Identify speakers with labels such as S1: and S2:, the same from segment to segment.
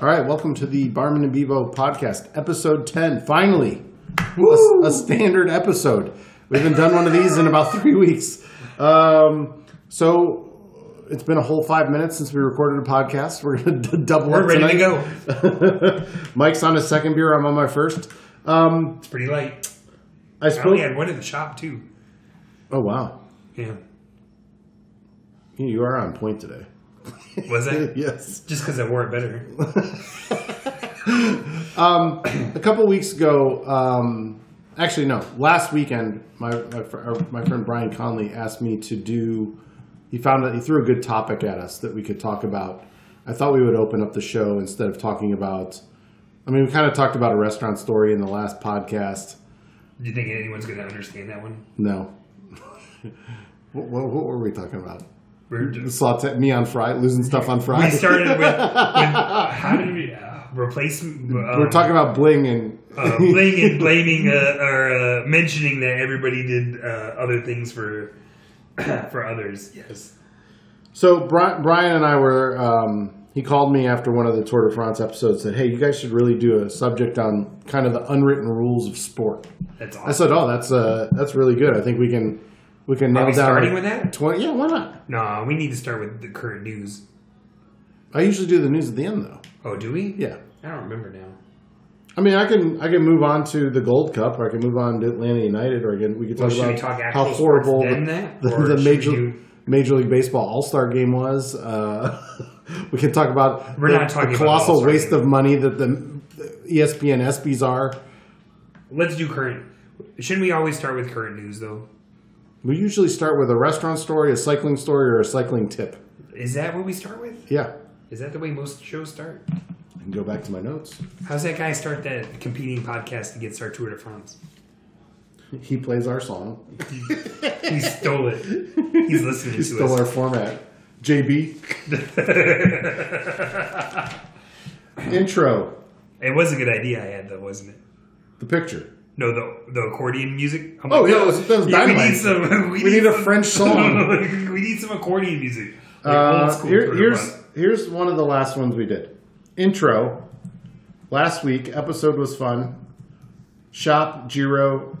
S1: All right, welcome to the Barman and Bebo podcast, episode 10. Finally, a, a standard episode. We haven't done one of these in about three weeks. Um, so it's been a whole five minutes since we recorded a podcast. We're going to double
S2: We're
S1: up
S2: ready to
S1: tonight.
S2: go.
S1: Mike's on his second beer. I'm on my first. Um,
S2: It's pretty late.
S1: I
S2: I
S1: suppose.
S2: only had one in the shop too.
S1: Oh, wow.
S2: Yeah.
S1: You are on point today.
S2: Was that
S1: Yes.
S2: just because I wore it better?
S1: a couple weeks ago, um, actually no, last weekend, my my, fr- our- my friend Brian Conley asked me to do. He found that he threw a good topic at us that we could talk about. I thought we would open up the show instead of talking about. I mean, we kind of talked about a restaurant story in the last podcast.
S2: Do you think anyone's going to understand that one?
S1: No. what, what, what were we talking about?
S2: We're just,
S1: Saute me on fry, losing stuff on fry.
S2: we started with, with how did we uh, replace? Um,
S1: we're talking about bling and
S2: uh, blaming, and blaming, uh, or uh, mentioning that everybody did uh, other things for for others. Yes.
S1: So Bri- Brian and I were. Um, he called me after one of the Tour de France episodes. Said, "Hey, you guys should really do a subject on kind of the unwritten rules of sport."
S2: That's awesome.
S1: I said, "Oh, that's uh, that's really good. I think we can we can nail
S2: Are we
S1: down
S2: starting
S1: like
S2: with that?
S1: 20 yeah, why not?
S2: No, we need to start with the current news.
S1: I usually do the news at the end though.
S2: Oh, do we?
S1: Yeah,
S2: I don't remember now.
S1: I mean, I can I can move on to the Gold Cup, or I can move on to Atlanta United, or I can we can
S2: Well,
S1: talk
S2: should we
S1: about
S2: talk
S1: how
S2: actual
S1: horrible
S2: sports then
S1: the,
S2: that,
S1: the-
S2: or
S1: the
S2: should we
S1: major
S2: do-
S1: Major League Baseball All Star Game was. Uh, we can talk about
S2: We're
S1: the,
S2: not talking
S1: the
S2: about
S1: colossal
S2: All-Star
S1: waste
S2: Game.
S1: of money that the E ESPN ESPYS are.
S2: Let's do current. Shouldn't we always start with current news though?
S1: We usually start with a restaurant story, a cycling story, or a cycling tip.
S2: Is that what we start with?
S1: Yeah,
S2: Is that the way most shows start?
S1: I can go back to my notes.
S2: How's that guy start that competing podcast against our Tour de France?
S1: He plays our song.
S2: He stole it. He's listening
S1: He
S2: to
S1: stole
S2: us.
S1: our format. JB intro
S2: It was a good idea I had though, wasn't it?
S1: the picture.
S2: No, the the accordion music. I'm
S1: Oh,
S2: like,
S1: yeah, that was- that was
S2: we
S1: dynamite.
S2: need some. We,
S1: We need a
S2: some-
S1: French song.
S2: we need some accordion music. Like
S1: Uh,
S2: old school
S1: here-
S2: Tour de
S1: here's
S2: France.
S1: here's one of the last ones we did. Intro. Last week episode was fun. Shop Giro,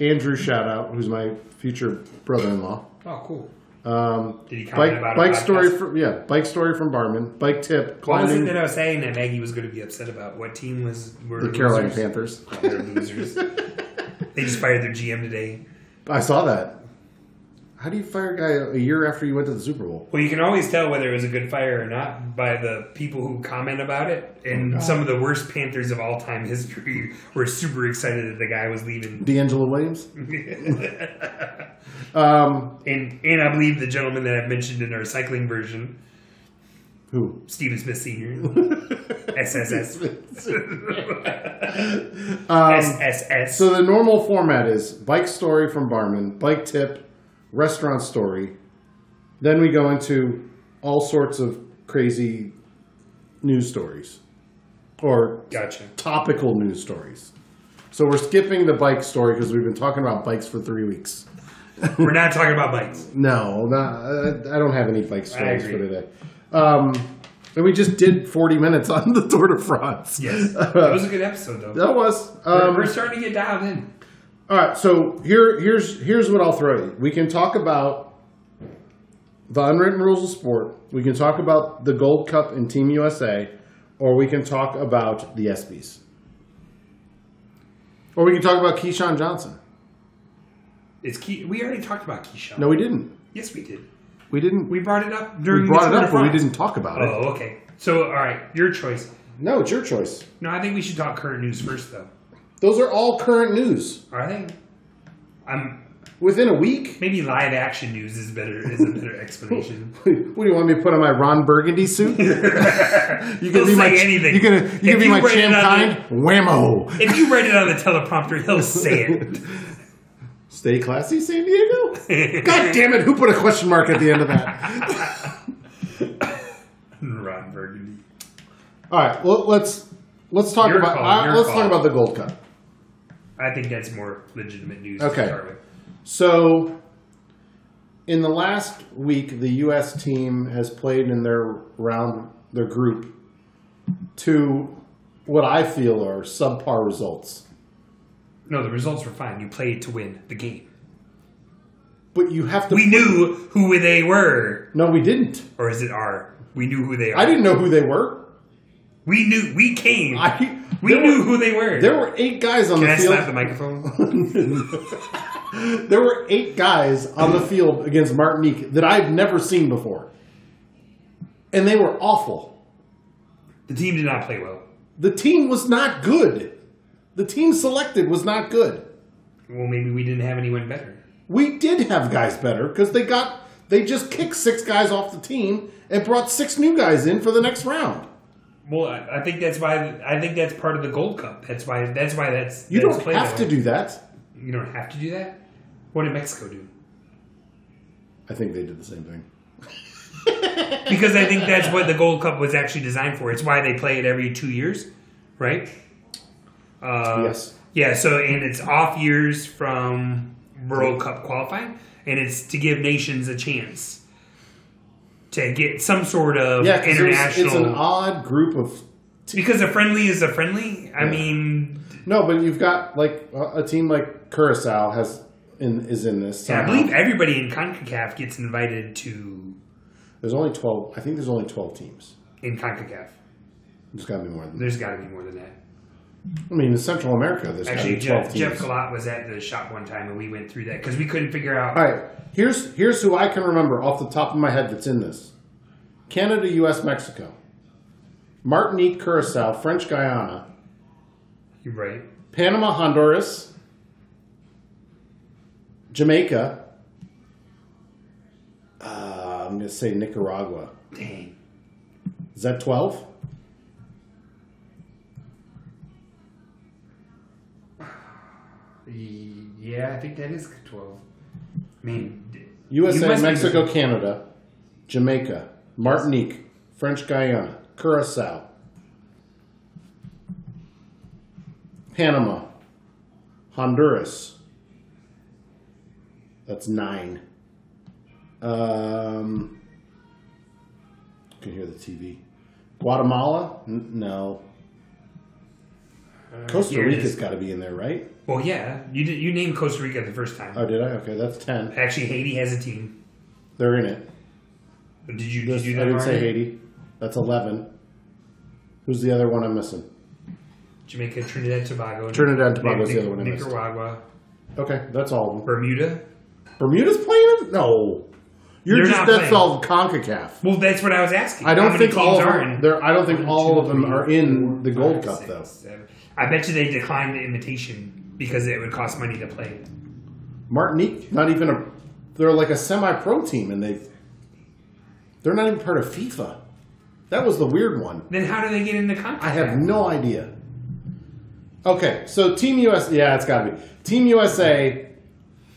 S1: Andrew shout out, who's my future brother-in-law.
S2: Oh, cool.
S1: Um,
S2: Did he
S1: bike
S2: comment about a
S1: bike
S2: podcast?
S1: story from yeah bike story from Barman. Bike tip
S2: What was it
S1: climbing
S2: that I was saying that Maggie was going to be upset about? What team was were
S1: the Carolina
S2: losers?
S1: Panthers.
S2: They're losers. they just fired their GM today.
S1: I saw that. How do you fire a guy a year after you went to the Super Bowl?
S2: Well, you can always tell whether it was a good fire or not by the people who comment about it. And some of the worst Panthers of all time history were super excited that the guy was leaving.
S1: D'Angelo Williams.
S2: And and I believe the gentleman that I've mentioned in our cycling version,
S1: Who?
S2: Stephen Smith Senior, SSS, SSS.
S1: Um, So the normal format is bike story from Barman, bike tip, restaurant story. Then we go into all sorts of crazy news stories or
S2: Gotcha.
S1: topical news stories. So we're skipping the bike story because we've been talking about bikes for three weeks.
S2: We're not talking about bikes.
S1: No, not, I I don't have any bike stories for
S2: agree.
S1: today. Um, and we just did 40 minutes on the Tour de France.
S2: Yes, that was a good episode though.
S1: that was.
S2: We're-
S1: Um,
S2: we're starting to get dialed in.
S1: All right, so here, here's here's what I'll throw you. We can talk about the unwritten rules of sport. We can talk about the Gold Cup and Team USA, or we can talk about the ESPYS, or we can talk about Keyshawn Johnson.
S2: It's Ke- we already talked about Keyshawn.
S1: No, we didn't.
S2: Yes, we did.
S1: We didn't. We,
S2: We brought it up during.
S1: brought
S2: the
S1: it up,
S2: Tour de
S1: but we
S2: France.
S1: didn't talk about it.
S2: Oh, okay. So, all right, your choice.
S1: No, it's your choice.
S2: No, I think we should talk current news first, though.
S1: Those are all current news.
S2: Are they? I'm
S1: Within a week.
S2: maybe live action news is better is a better explanation.
S1: What do you want me to put on my Ron Burgundy suit? you can
S2: He'll
S1: be my
S2: say anything.
S1: you can you
S2: If
S1: can be
S2: you
S1: my
S2: write it
S1: champ
S2: on the-
S1: kind whammo.
S2: If you read it on the teleprompter, he'll say it.
S1: Stay classy, San Diego. God damn it! Who put a question mark at the end of that?
S2: Ron Burgundy.
S1: All right, well, let's let's talk
S2: Your
S1: about
S2: call,
S1: I-
S2: your
S1: let's
S2: call.
S1: talk about the Gold Cup.
S2: I think that's more legitimate news.
S1: Okay.
S2: To start with.
S1: So, in the last week, the U.S. team has played in their round, their group, to what I feel are subpar results.
S2: No, the results were fine. You played to win the game.
S1: But you have to.
S2: We knew who they were,
S1: no, we didn't.
S2: or is it our? We knew who they are.
S1: I didn't know who they were.
S2: We knew. We came.
S1: I
S2: we
S1: there
S2: knew
S1: Were,
S2: who they were.
S1: there were eight guys on
S2: Can
S1: the
S2: I
S1: field.
S2: slap the microphone?
S1: there were eight guys on the field against Martinique that I've never seen before, and they were awful.
S2: The team did not play well.
S1: The team was not good. The team selected was not good.
S2: Well, maybe we didn't have anyone better.
S1: We did have guys better because they got they just kicked six guys off the team and brought six new guys in for the next round.
S2: Well, I, I think that's why. I think that's part of the Gold Cup. That's why. That's why that's.
S1: You
S2: that's
S1: don't
S2: played
S1: have
S2: that
S1: to
S2: way.
S1: do that.
S2: You don't have to do that. What did Mexico do?
S1: I think they did the same thing.
S2: Because I think that's what the Gold Cup was actually designed for. It's why they play it every two years, right? Uh,
S1: Yes.
S2: Yeah. So and it's off years from World Cup qualifying, and it's to give nations a chance to get some sort of
S1: Yeah, 'cause it was-
S2: international.
S1: It's an odd group of
S2: because a friendly is a friendly. I
S1: Yeah.
S2: mean,
S1: no, but you've got like a, a team like Curacao has in is in this.
S2: I
S1: somehow.
S2: believe everybody in Concacaf gets invited to
S1: There's only twelve. I think there's only twelve teams.
S2: in Concacaf.
S1: There's got to be more than.
S2: There's got to be more than that.
S1: I mean, in Central America, there's got to
S2: Actually,
S1: be twelve
S2: Jeff,
S1: teams.
S2: Jeff Galat was at the shop one time, and we went through that because we couldn't figure out.
S1: All right, here's here's who I can remember off the top of my head that's in this: Canada, U.S., Mexico, Martinique, Curacao, French Guyana,
S2: You're right.
S1: Panama, Honduras, Jamaica. Uh, I'm gonna say Nicaragua.
S2: Dang.
S1: Is that twelve?
S2: Yeah, I think that is 12. I mean, d- you
S1: USA,
S2: must be
S1: Mexico,
S2: missing-
S1: Canada, Jamaica, Martinique, French Guyana, Curacao, Panama, Honduras. That's nine. Um, can hear the TV. Guatemala? N- no. Costa
S2: Uh, here it
S1: Rica's
S2: is.
S1: got to be in there, right?
S2: Well, yeah, you did, you named Costa Rica the first time.
S1: Oh, did I? Okay, that's ten.
S2: Actually, Haiti has a team.
S1: They're in it.
S2: Did you,
S1: This-
S2: did you do
S1: I
S2: that?
S1: didn't say
S2: already?
S1: Haiti. That's eleven. Who's the other one I'm missing?
S2: Jamaica, Trinidad, and Tobago.
S1: Trinidad and Tobago's the
S2: Nic-
S1: other one I missed.
S2: Nicaragua,
S1: Okay, that's all of them.
S2: Bermuda.
S1: Bermuda's playing it? No, you're
S2: They're
S1: just
S2: not
S1: that's
S2: playing.
S1: all Concacaf.
S2: Well, that's what I was asking.
S1: I
S2: How
S1: don't
S2: many
S1: think all of
S2: teams are
S1: them.
S2: in-
S1: There, I don't think
S2: One,
S1: all
S2: two,
S1: of them
S2: three,
S1: are in
S2: four,
S1: the Gold
S2: five,
S1: Cup
S2: six,
S1: though.
S2: seven. I bet you they declined the invitation because it would cost money to play.
S1: Martinique, not even a. They're like a semi-pro team, and they. They're not even part of FIFA. That was the weird one.
S2: Then how do they get into contact?
S1: I have no idea. Okay, so Team US, yeah, it's got to be Team USA.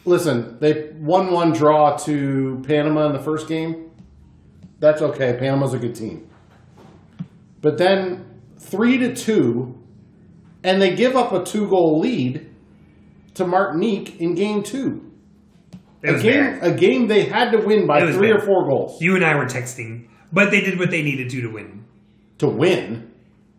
S1: Listen, they won one draw to Panama in the first game. That's okay. Panama's a good team, but then three to two, and they give up a two goal lead to Martinique in game two.
S2: It
S1: a
S2: was
S1: game,
S2: bad.
S1: a game they had to win
S2: It
S1: by
S2: was
S1: three or
S2: bad.
S1: four goals
S2: You and I were texting, but they did what they needed to to win.
S1: to win.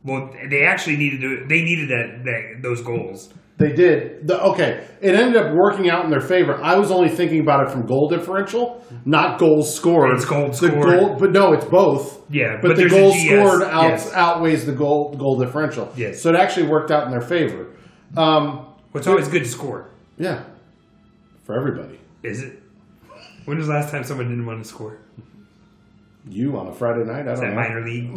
S2: Well, they actually needed to. They needed that, that those goals.
S1: They did. The, okay, it ended up working out in their favor. I was only thinking about it from goal differential, not goals scored.
S2: It's goals
S1: The
S2: scored.
S1: goal- but no, it's both.
S2: Yeah,
S1: but,
S2: but
S1: the
S2: there's a
S1: goal
S2: GS,
S1: scored out,
S2: yes.
S1: outweighs the goal goal differential.
S2: Yes.
S1: So it actually worked out in their favor. Um,
S2: What's always good to score,
S1: yeah, for everybody.
S2: is it? When was the last time someone didn't want to score?
S1: You on a Friday night? I
S2: Is
S1: don't
S2: that
S1: know.
S2: minor league?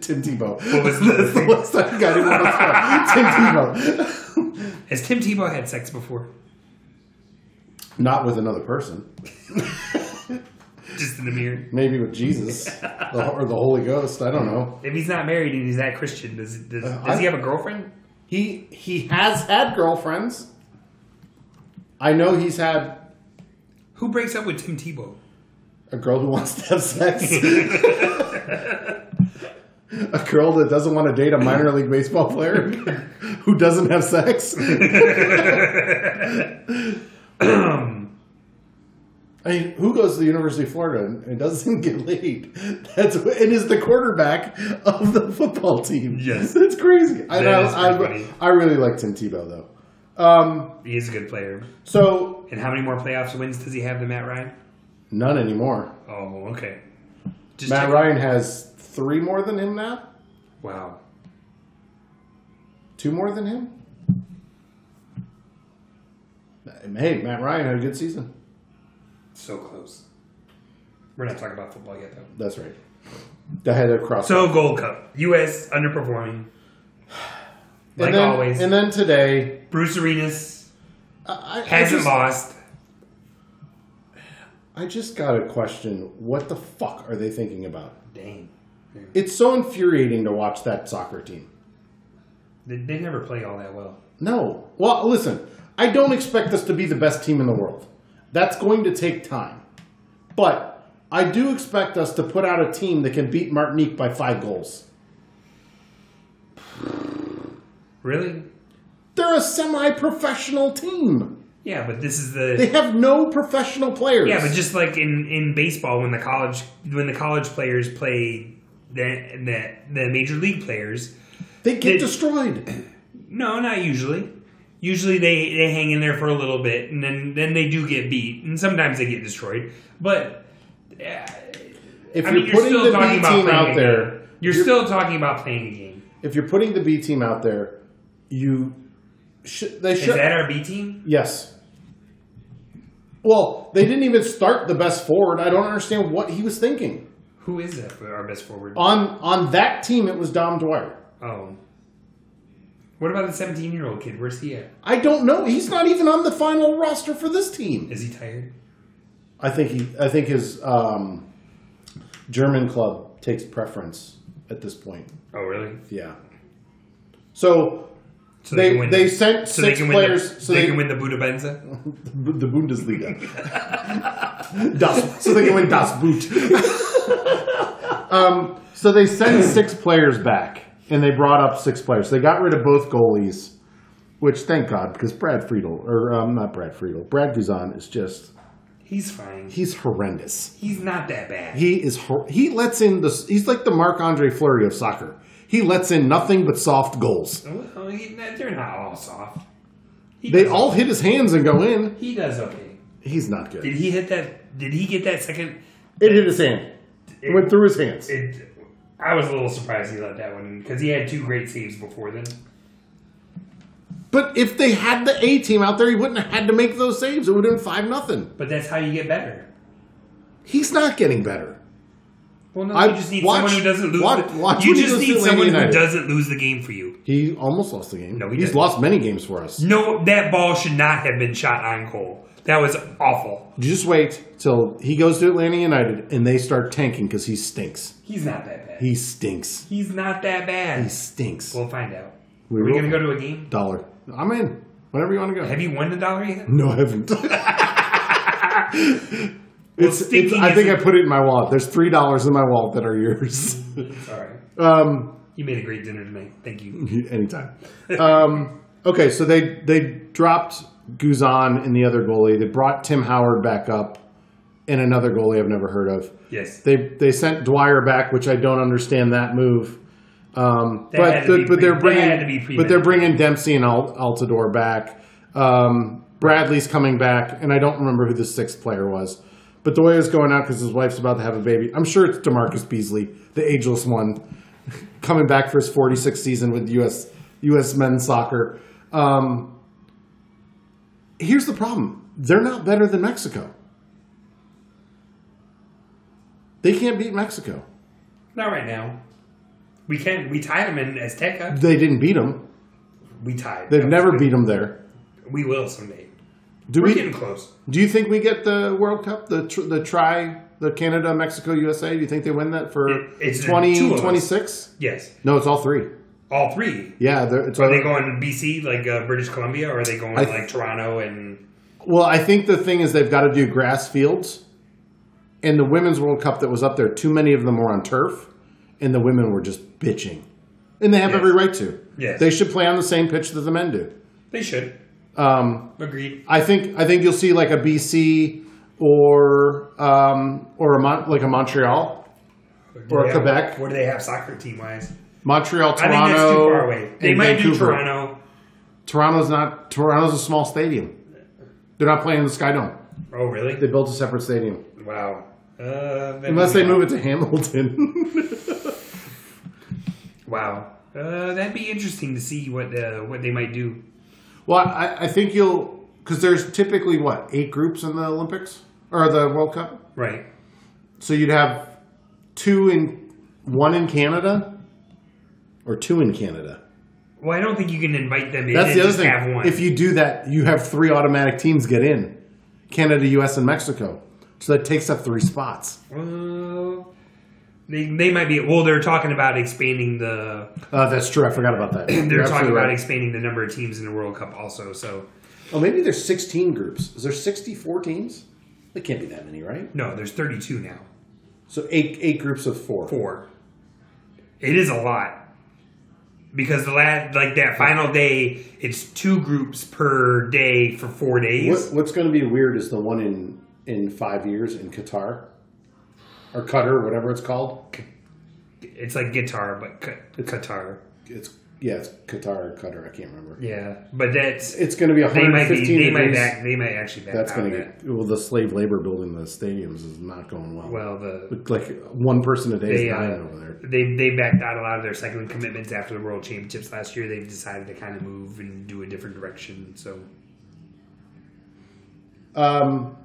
S1: Tim Tebow.
S2: What was the
S1: That's the
S2: thing?
S1: last time I didn't want to score. Tim Tebow.
S2: Has Tim Tebow had sex before?
S1: Not with another person.
S2: Just in the mirror.
S1: Maybe with Jesus the- or the Holy Ghost. I don't know.
S2: If he's not married and he's that Christian, does does, does
S1: Uh, I-
S2: he have a girlfriend?
S1: He he has had girlfriends. I know he's had
S2: Who breaks up with Tim Tebow?
S1: a girl who wants to have sex. a girl that doesn't want to date a minor league baseball player who doesn't have sex. I mean, who goes to the University of Florida and, and doesn't get laid? That's and is the quarterback of the football team.
S2: Yes.
S1: that's crazy. I,
S2: That is
S1: I,
S2: pretty
S1: I,
S2: funny.
S1: I really like Tim Tebow though. Um,
S2: He is a good player.
S1: so
S2: And how many more playoffs wins does he have than Matt Ryan?
S1: none anymore.
S2: Oh, okay. Just
S1: Matt
S2: check-
S1: Ryan has three more than him now.
S2: Wow.
S1: Two more than him. Hey, Matt Ryan had a good season.
S2: So close. We're not talking about football yet, though.
S1: That's right. That had a cross.
S2: So, Gold Cup. U.S. underperforming.
S1: and
S2: Like
S1: then,
S2: always.
S1: And then today,
S2: Bruce Arenas
S1: I, I- I
S2: hasn't
S1: just,
S2: lost.
S1: I just got a question. What the fuck are they thinking about?
S2: Dang.
S1: It's so infuriating to watch that soccer team.
S2: They, they never play all that well.
S1: No. Well, listen, I don't expect us to be the best team in the world. That's going to take time. But I do expect us to put out a team that can beat Martinique by five goals.
S2: Really?
S1: They're a semi professional team.
S2: Yeah, but this is
S1: They
S2: the.
S1: have no professional players.
S2: Yeah, but just like in, in baseball, when the college when the college players play the, the the major league players,
S1: they get
S2: they-
S1: destroyed.
S2: No, not usually. Usually they, they hang in there for a little bit, and then, then they do get beat, and sometimes they get destroyed. But uh,
S1: If
S2: I
S1: you're
S2: mean, you're
S1: putting
S2: still
S1: the
S2: talking
S1: B
S2: about
S1: team
S2: playing
S1: out
S2: a
S1: there,
S2: game. You're, still talking about playing a game.
S1: if you're putting the B team out there, you should they
S2: Is
S1: should
S2: that our B team?
S1: yes. Well, they didn't even start the best forward. I don't understand what he was thinking.
S2: Who is that for our best forward?
S1: On on that team, it was Dom Dwyer.
S2: Oh, what about the 17 year old kid? Where's he at?
S1: I don't know. He's not even on the final roster for this team.
S2: Is he tired?
S1: I think he. I think his um, German club takes preference at this point.
S2: Oh, really?
S1: Yeah. So
S2: So
S1: They-
S2: can win
S1: they sent
S2: so
S1: six
S2: they can win the-
S1: players- so
S2: they,
S1: they-
S2: can win the Buda Benza.
S1: the Bundesliga. das, so they can win Das Boot. um, so they sent six players back, and they brought up six players. They got rid of both goalies, which thank God because Brad Friedel or um, not Brad Friedel, Brad Guzan is just
S2: He's fine.
S1: he's horrendous.
S2: He's not that bad.
S1: He is hor- he lets in the he's like the Marc Andre Fleury of soccer. He lets in nothing but soft goals.
S2: Well, oh, he- they're not all soft. He
S1: They
S2: does
S1: all hit his hands and go in.
S2: He does okay.
S1: He's not good.
S2: Did he hit that? Did he get that second?
S1: It hit his hand. It went through his hands.
S2: It, I was a little surprised he let that one because he had two great saves before then.
S1: But if they had the A team out there, he wouldn't have had to make those saves. It would have been five nothing.
S2: But that's how you get better.
S1: He's not getting better.
S2: Well, no,
S1: I-
S2: you just need
S1: watch-
S2: someone who doesn't lose.
S1: watch-
S2: the,
S1: watch
S2: you
S1: when he
S2: just
S1: goes to
S2: need
S1: Atlanta
S2: someone who
S1: United.
S2: doesn't lose the game for you.
S1: He almost lost the game.
S2: No, he
S1: he's
S2: didn't.
S1: lost many games for us.
S2: No, that ball should not have been shot on goal. That was awful.
S1: Just wait till he goes to Atlanta United and they start tanking because he stinks.
S2: He's not that bad.
S1: He stinks.
S2: He's not that
S1: He
S2: bad.
S1: stinks.
S2: We'll find out.
S1: We
S2: Are we
S1: will
S2: gonna go to a game?
S1: Dollar. I'm in. Whenever you want to go.
S2: Have you won the dollar yet?
S1: no, I haven't. it's, it's,
S2: stinking
S1: I think I
S2: isn't-
S1: put it in my wallet. There's three dollars in my wallet that are yours.
S2: All right.
S1: um,
S2: You made a great dinner tonight. Thank you.
S1: Anytime. Um, okay, so they they dropped Guzan in the other goalie. They brought Tim Howard back up and another goalie I've never heard of.
S2: Yes.
S1: They they sent Dwyer back, which I don't understand that move. Um,
S2: That
S1: but
S2: had to be
S1: but they're
S2: pre- that had
S1: bringing
S2: to be premeditated.
S1: but they're bringing Dempsey and Al- Altador back. Um, Bradley's coming back, and I don't remember who the sixth player was. But Doya's going out because his wife's about to have a baby. I'm sure it's Demarcus Beasley, the ageless one, coming back for his 46th season with U.S. U.S. men's soccer. Um, here's the problem: they're not better than Mexico. They can't beat Mexico.
S2: Not right now. We can. We tied them in Azteca.
S1: They didn't beat them.
S2: We tied.
S1: They've
S2: That was
S1: never
S2: good.
S1: beat them there.
S2: We will someday.
S1: Do
S2: We're
S1: we?
S2: getting close.
S1: Do you think we get the World Cup, the tr- the try, the Canada, Mexico, USA? Do you think they win that for
S2: It- it's the two of us.
S1: 2026?
S2: Yes,
S1: No, it's all three.
S2: all three.
S1: Yeah, they're- it's
S2: Are
S1: all,
S2: they going to BC, like uh, British Columbia, or are they going
S1: I-
S2: like Toronto and?
S1: well, I think the thing is they've got to do grass fields. And the women's World Cup that was up there, too many of them were on turf, and the women were just bitching, and they have
S2: Yes.
S1: every right to.
S2: Yes.
S1: They should play on the same pitch that the men do.
S2: They should. Um, Agreed.
S1: I think I think you'll see like a BC or um, or a Mon- like a Montreal, or
S2: Yeah,
S1: Quebec.
S2: What do they have soccer team wise?
S1: Montreal,
S2: I
S1: Toronto.
S2: think that's too far away. They
S1: and
S2: might do
S1: Vancouver.
S2: Toronto.
S1: Toronto's not. Toronto's a small stadium. They're not playing in the Skydome.
S2: Oh, really?
S1: They built a separate stadium.
S2: Wow. Uh, that
S1: Unless
S2: would
S1: they
S2: be-
S1: move it to Hamilton.
S2: Wow. Uh, that'd be interesting to see what uh, what they might do.
S1: well, I, I think you'll because there's typically what eight groups in the Olympics or the World Cup.
S2: Right.
S1: So you'd have two in one in Canada or two in Canada.
S2: Well, I don't think you can invite them in
S1: That's
S2: and
S1: the other
S2: just have
S1: thing.
S2: one.
S1: If you do that, you have three automatic teams get in: Canada, U.S., and Mexico. So that takes up three spots.
S2: Well, they, they might be. Well, they're talking about expanding the.
S1: Uh, that's true. I forgot about that.
S2: They're talking about expanding the number of teams in the World Cup also. So
S1: Oh, maybe there's 16 groups. Is there 64 teams? There can't be that many, right?
S2: no, there's 32 now.
S1: So eight eight groups of four.
S2: Four. It is a lot because the last like that final day, it's two groups per day for four
S1: What,
S2: days.
S1: what's going to be weird is the one in in five years in Qatar or Qatar, whatever it's called.
S2: It's like guitar, but Q- Qatar.
S1: It's yeah, it's Qatar or Qatar. I can't remember.
S2: Yeah, but that's
S1: It's going to be
S2: they might
S1: 115
S2: be they might
S1: degrees.
S2: back, they might actually back
S1: That's
S2: out
S1: going to
S2: of that.
S1: get well. The slave labor building the stadiums is not going well.
S2: well the
S1: Look like one person a day is
S2: They, uh,
S1: dying over there.
S2: They they backed out a lot of their cycling commitments after the World Championships last year. They've decided to kind of move and do a different direction. So
S1: Um,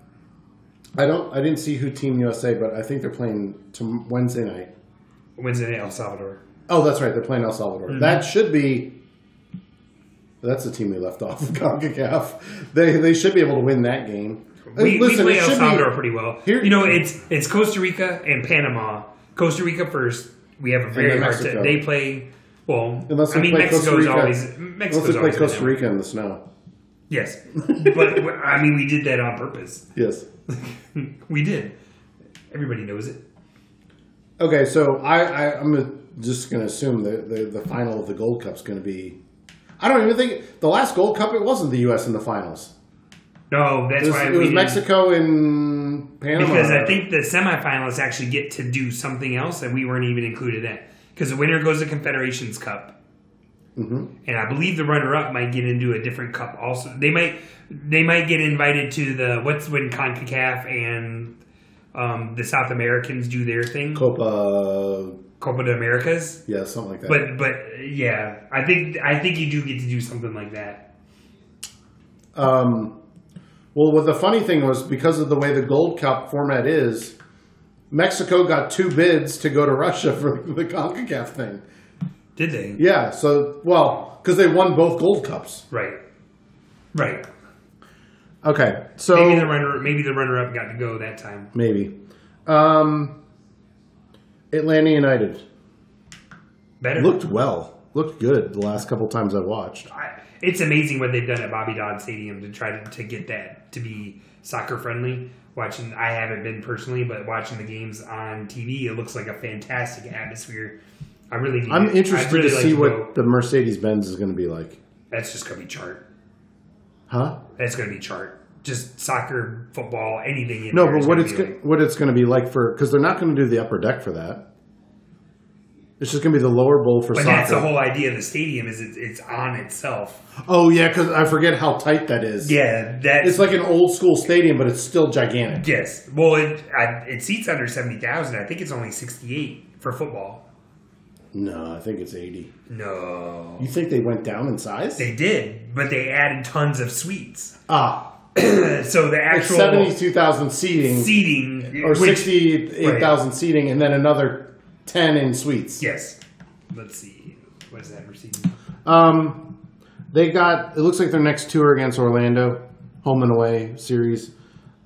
S1: I don't. I didn't see who Team USA, but I think they're playing to Wednesday night.
S2: Wednesday night, El Salvador.
S1: Oh, that's right. They're playing El Salvador.
S2: Mm-hmm.
S1: That should be. That's the team they left off of CONCACAF. They they should be able to win that game.
S2: We,
S1: And listen,
S2: we play
S1: it
S2: El
S1: should be-
S2: Salvador pretty well.
S1: Here-
S2: you know, it's it's Costa Rica and Panama. Costa Rica first. We have a very
S1: then
S2: hard
S1: Mexico.
S2: time. They play well.
S1: Unless
S2: I
S1: they
S2: mean,
S1: play
S2: Mexico's
S1: Costa Rica.
S2: always
S1: unless
S2: Mexico's
S1: they play
S2: always been
S1: Costa
S2: that way.
S1: Rica in the snow.
S2: Yes, but we- I mean, we did that on purpose.
S1: Yes.
S2: we did. Everybody knows it.
S1: Okay, so I, I I'm just going to assume that the, the final of the Gold Cup's going to be. I don't even think the last Gold Cup it wasn't the U.S. in the finals.
S2: No, that's
S1: It was,
S2: why
S1: it
S2: we
S1: was
S2: didn't-
S1: Mexico and Panama.
S2: Because I think the semifinalists actually get to do something else, and we weren't even included in. Because the winner goes to Confederations Cup,
S1: Mhm.
S2: and I believe the runner-up might get into a different cup. Also, they might they might get invited to the what's when Concacaf and um, the South Americans do their thing,
S1: Copa,
S2: Copa de Americas.
S1: yeah, something like that.
S2: But but yeah, I think I think you do get to do something like that.
S1: Um, well, what the funny thing was because of the way the Gold Cup format is, Mexico got two bids to go to Russia for the Concacaf thing.
S2: Did they?
S1: Yeah, so well, because they won both Gold Cups.
S2: Right. Right.
S1: Okay, so
S2: Maybe the runner maybe the runner-up got to go that time.
S1: maybe. Um, Atlanta United
S2: Better.
S1: looked well, looked good the last couple times I watched.
S2: I, it's amazing what they've done at Bobby Dodd Stadium to try to, to get that to be soccer friendly. Watching, I haven't been personally, but watching the games on TV, it looks like a fantastic atmosphere. I really, need
S1: I'm
S2: it. I'd
S1: interested
S2: really
S1: to
S2: like
S1: see what
S2: go-
S1: the Mercedes Benz is going to be like,
S2: That's just gonna be chart.
S1: huh?
S2: That's gonna be chart. Just soccer, football, anything. In
S1: No,
S2: there
S1: but
S2: is
S1: what
S2: gonna
S1: it's
S2: be
S1: go-
S2: like-
S1: what it's going to be like for because they're not going to do the upper deck for that. It's just going to be the lower bowl for
S2: but
S1: soccer.
S2: that's the whole idea of the stadium is it, it's on itself.
S1: oh yeah, because I forget how tight that is.
S2: Yeah, that's
S1: it's like an old school stadium, but it's still gigantic.
S2: yes. Well, it I, it seats under seventy thousand. I think it's only sixty eight for football.
S1: No, I think it's eighty.
S2: No,
S1: You think they went down in size?
S2: They did, but they added tons of suites.
S1: ah,
S2: so the actual
S1: seventy-two thousand seating
S2: seating,
S1: or
S2: which-
S1: sixty-eight thousand seating, and then another ten in suites.
S2: Yes. Let's see. What is that for seating?
S1: Um, they got. It looks like their next tour against Orlando, home and away series.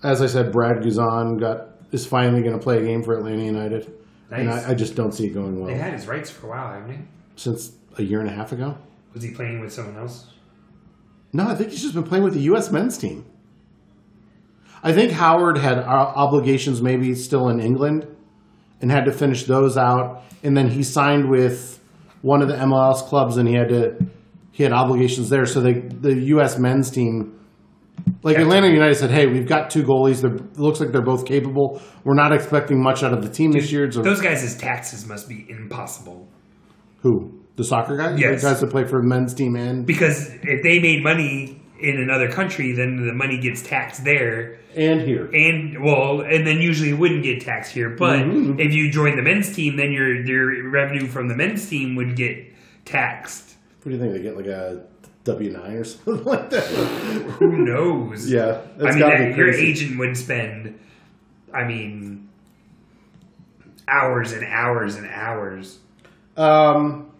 S1: As I said, Brad Guzan got is finally going to play a game for Atlanta United, and
S2: Nice.
S1: I, I just don't see it going
S2: They
S1: well
S2: had his rights for a while, haven't they?
S1: since a year and a half ago.
S2: Was he playing with someone else?
S1: No, I think he's just been playing with the U.S. men's team. I think Howard had uh, obligations, maybe still in England, and had to finish those out. And then he signed with one of the MLS clubs, and he had to he had obligations there. So they, the U.S. men's team, like
S2: Yeah.
S1: Atlanta United, said, "Hey, we've got two goalies. They're, it looks like they're both capable. We're not expecting much out of the team this year." So
S2: Those guys' taxes must be impossible.
S1: who the soccer guys?
S2: Yes.
S1: the guys that play for the men's team and
S2: Because if they made money in another country, then the money gets taxed there.
S1: and here.
S2: And well, and then usually it wouldn't get taxed here. But
S1: Mhm.
S2: if you join the men's team, then your your revenue from the men's team would get taxed.
S1: What do you think they get? Like a W nine or something like that?
S2: Who knows?
S1: yeah,
S2: I
S1: that's
S2: mean,
S1: gotta
S2: that, your
S1: crazy.
S2: agent would spend, I mean, hours and hours and hours.
S1: Um,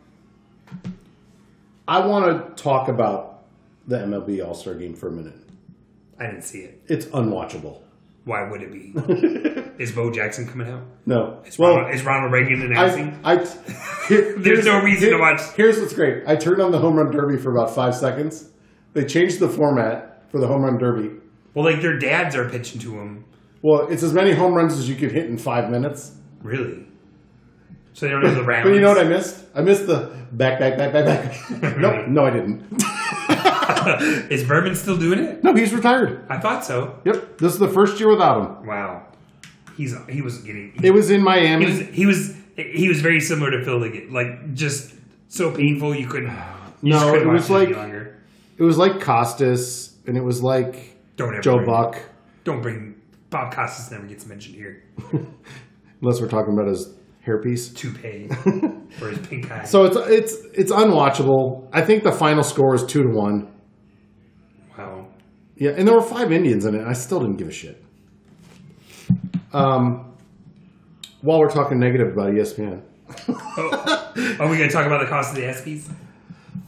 S1: I want to talk about the MLB All Star Game for a minute.
S2: I didn't see it.
S1: It's unwatchable.
S2: Why would it be? is Bo Jackson coming out?
S1: no,
S2: Is,
S1: well,
S2: Ronald, is Ronald Reagan announcing?
S1: I, I here-
S2: There's no reason to watch.
S1: Here's what's great. I turned on the Home Run Derby for about five seconds. They changed the format for the Home Run Derby.
S2: well, like their dads are pitching to him.
S1: Well, it's as many home runs as you could hit in five minutes.
S2: Really? So they don't know the rounds.
S1: But you know what I missed? I missed the back, back, back, back, back. no, no, I didn't.
S2: is Berman still doing it?
S1: No, he's retired.
S2: I thought so.
S1: Yep, this is the first year without him.
S2: Wow. He's he was getting
S1: It was in
S2: he
S1: Miami.
S2: was he was he was very similar to Phil Liggett. Like just so painful you couldn't. You just
S1: No,
S2: couldn't
S1: it was
S2: watch any
S1: like-
S2: longer.
S1: It was like Costas, and it was like
S2: don't ever
S1: Joe
S2: bring,
S1: Buck,
S2: Don't bring Bob Costas never gets mentioned here.
S1: unless we're talking about his hairpiece.
S2: Toupee or his pink eye.
S1: So it's it's it's unwatchable. I think the final score is two to one.
S2: wow.
S1: Yeah, and there were five Indians in it. and I still didn't give a shit. Um, while we're talking negative about E ESPN,
S2: Oh, are we going to talk about the cost of the ESPYS?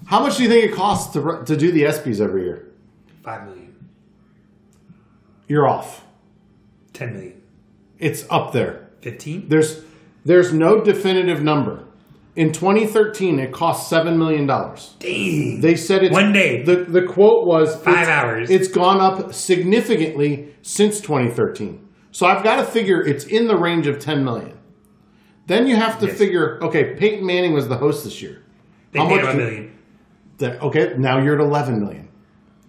S1: how much do you think it costs to ru- to do the E ESPYS every year?
S2: Five million,
S1: You're off.
S2: ten million,
S1: It's up there.
S2: fifteen.
S1: There's there's no definitive number. In 2013, it cost seven million dollars.
S2: Dang.
S1: They said it's
S2: One day.
S1: The the quote was
S2: Five
S1: it's-
S2: hours.
S1: It's gone up significantly since 2013. So I've got to figure it's in the range of 10 million. Then you have to
S2: Yes.
S1: figure okay, Peyton Manning was the host this year.
S2: they
S1: how
S2: paid
S1: much
S2: him a
S1: do-
S2: million.
S1: That okay, now you're at 11 million.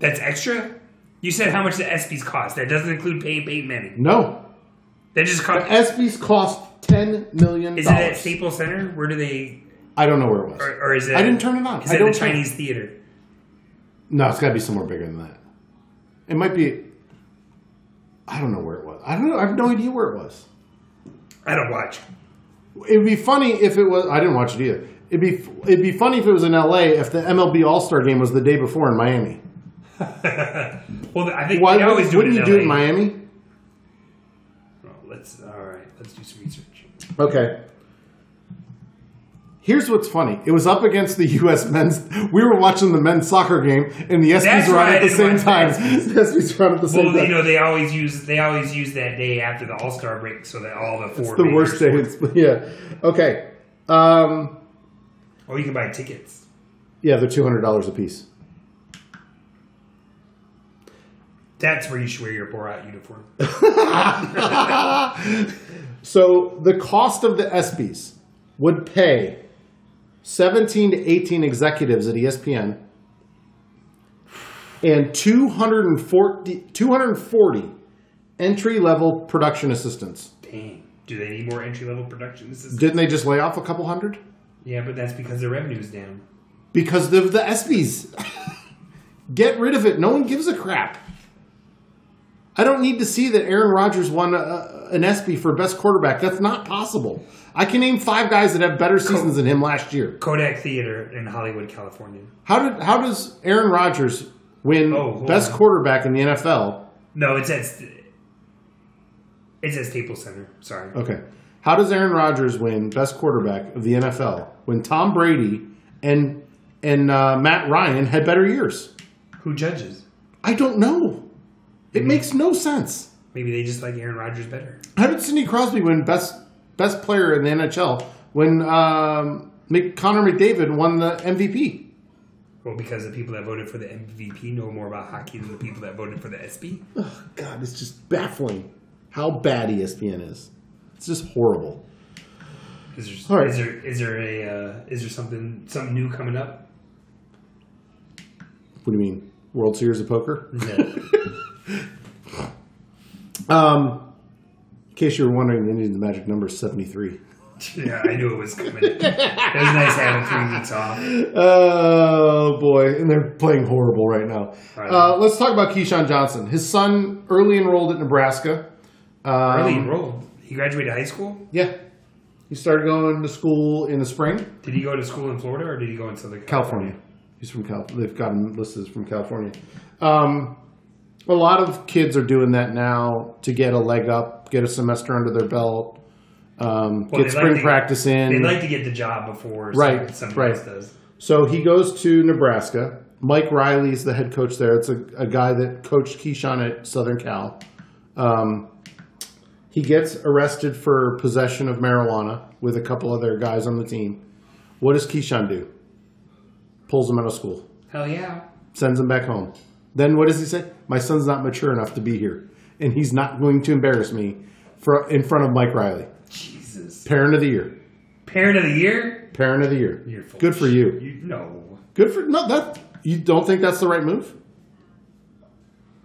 S2: That's extra. You said how much the ESPYS cost. That doesn't include paying Peyton Manning.
S1: No,
S2: That just cost.
S1: ESPYS cost 10 million.
S2: Is it at Staples Center? Where do they?
S1: I don't know where it was.
S2: Or, or is it?
S1: I didn't turn it on.
S2: Is
S1: I
S2: it
S1: don't
S2: the
S1: think-
S2: Chinese theater?
S1: No, it's got to be somewhere bigger than that. It might be. I don't know where it was. I don't know. I have no idea where it was.
S2: I don't watch.
S1: It'd be funny if it was. I didn't watch it either. It'd be it'd be funny if it was in L.A. If the MLB All Star Game was the day before in Miami.
S2: well, I think
S1: Why
S2: they always
S1: wouldn't
S2: do it
S1: you do it in
S2: LA.
S1: Miami?
S2: Oh, let's all right. Let's do some research.
S1: Okay. Here's what's funny. It was up against the U.S. men's. We were watching the men's soccer game, and the ESPYS
S2: That's
S1: were on
S2: why
S1: at
S2: I
S1: the same
S2: didn't
S1: time.
S2: watch the
S1: The ESPYS were on at the same
S2: Well,
S1: time.
S2: you know they always use they always use that day after the All Star break, so that all the four.
S1: it's the
S2: major
S1: worst day.
S2: sports-
S1: It's- Yeah. Okay. Um,
S2: Or Oh, you can buy tickets.
S1: Yeah, they're two hundred dollars a piece.
S2: That's where you should wear your Borat uniform.
S1: So the cost of the ESPYS would pay seventeen to eighteen executives at E ESPN and 240, 240 entry level production assistants.
S2: Dang. Do they need more entry level production assistants?
S1: Didn't they just lay off a couple hundred
S2: Yeah, but that's because their revenue is down.
S1: because of the ESPYS? Get rid of it. No one gives a crap. I don't need to see that Aaron Rodgers won a, an ESPY for best quarterback. That's not possible. I can name five guys that have better seasons than him last year.
S2: Kodak Theater in Hollywood, California.
S1: How did how does Aaron Rodgers win
S2: Oh, hold
S1: best
S2: on.
S1: quarterback in the NFL?
S2: No, it's at St- it's at Staples Center. Sorry.
S1: Okay. How does Aaron Rodgers win best quarterback of the NFL when Tom Brady and and uh, Matt Ryan had better years?
S2: Who judges?
S1: I don't know. It
S2: Mm-hmm.
S1: makes no sense.
S2: Maybe they just like Aaron Rodgers better.
S1: How did Sidney Crosby win best best player in the NHL when um, Mc, Connor McDavid won the MVP?
S2: Well, because the people that voted for the MVP know more about hockey than the people that voted for the SB.
S1: E Oh, God, it's just baffling how bad ESPN is. It's just horrible.
S2: Is there,
S1: All right.
S2: is there is there a uh, is there something something new coming up?
S1: What do you mean? World Series of Poker?
S2: No.
S1: Um, in case you were wondering, the Indians' magic number is 73.
S2: yeah, I knew it was coming. It was nice having three weeks off.
S1: Oh, boy. And they're playing horrible right now. Uh, let's talk about Keyshawn Johnson. His son early enrolled at Nebraska. Um,
S2: Early enrolled. He graduated high school.
S1: Yeah. He started going to school in the spring.
S2: Did he go to school in Florida or did he go in Southern
S1: California. He's from Cal. They've got him listed as from California. Um, a lot of kids are doing that now to get a leg up, get a semester under their belt, um,
S2: Well,
S1: get
S2: they like
S1: spring
S2: to-
S1: practice in.
S2: They like to get the job before
S1: Right,
S2: some,
S1: right.
S2: somebody else does.
S1: so he goes to Nebraska. Mike Riley's the head coach there. It's a, a guy that coached Keyshawn at Southern Cal. Um, he gets arrested for possession of marijuana with a couple other guys on the team. What does Keyshawn do? Pulls him out of school.
S2: Hell yeah.
S1: sends him back home. Then what does he say? My son's not mature enough to be here, and he's not going to embarrass me for in front of Mike Riley,
S2: Jesus.
S1: parent of the year,
S2: Parent of the year?
S1: parent of the year.
S2: You're full
S1: Good
S2: of
S1: for
S2: shit.
S1: you.
S2: you. No.
S1: Good for no. That you don't think that's the right move?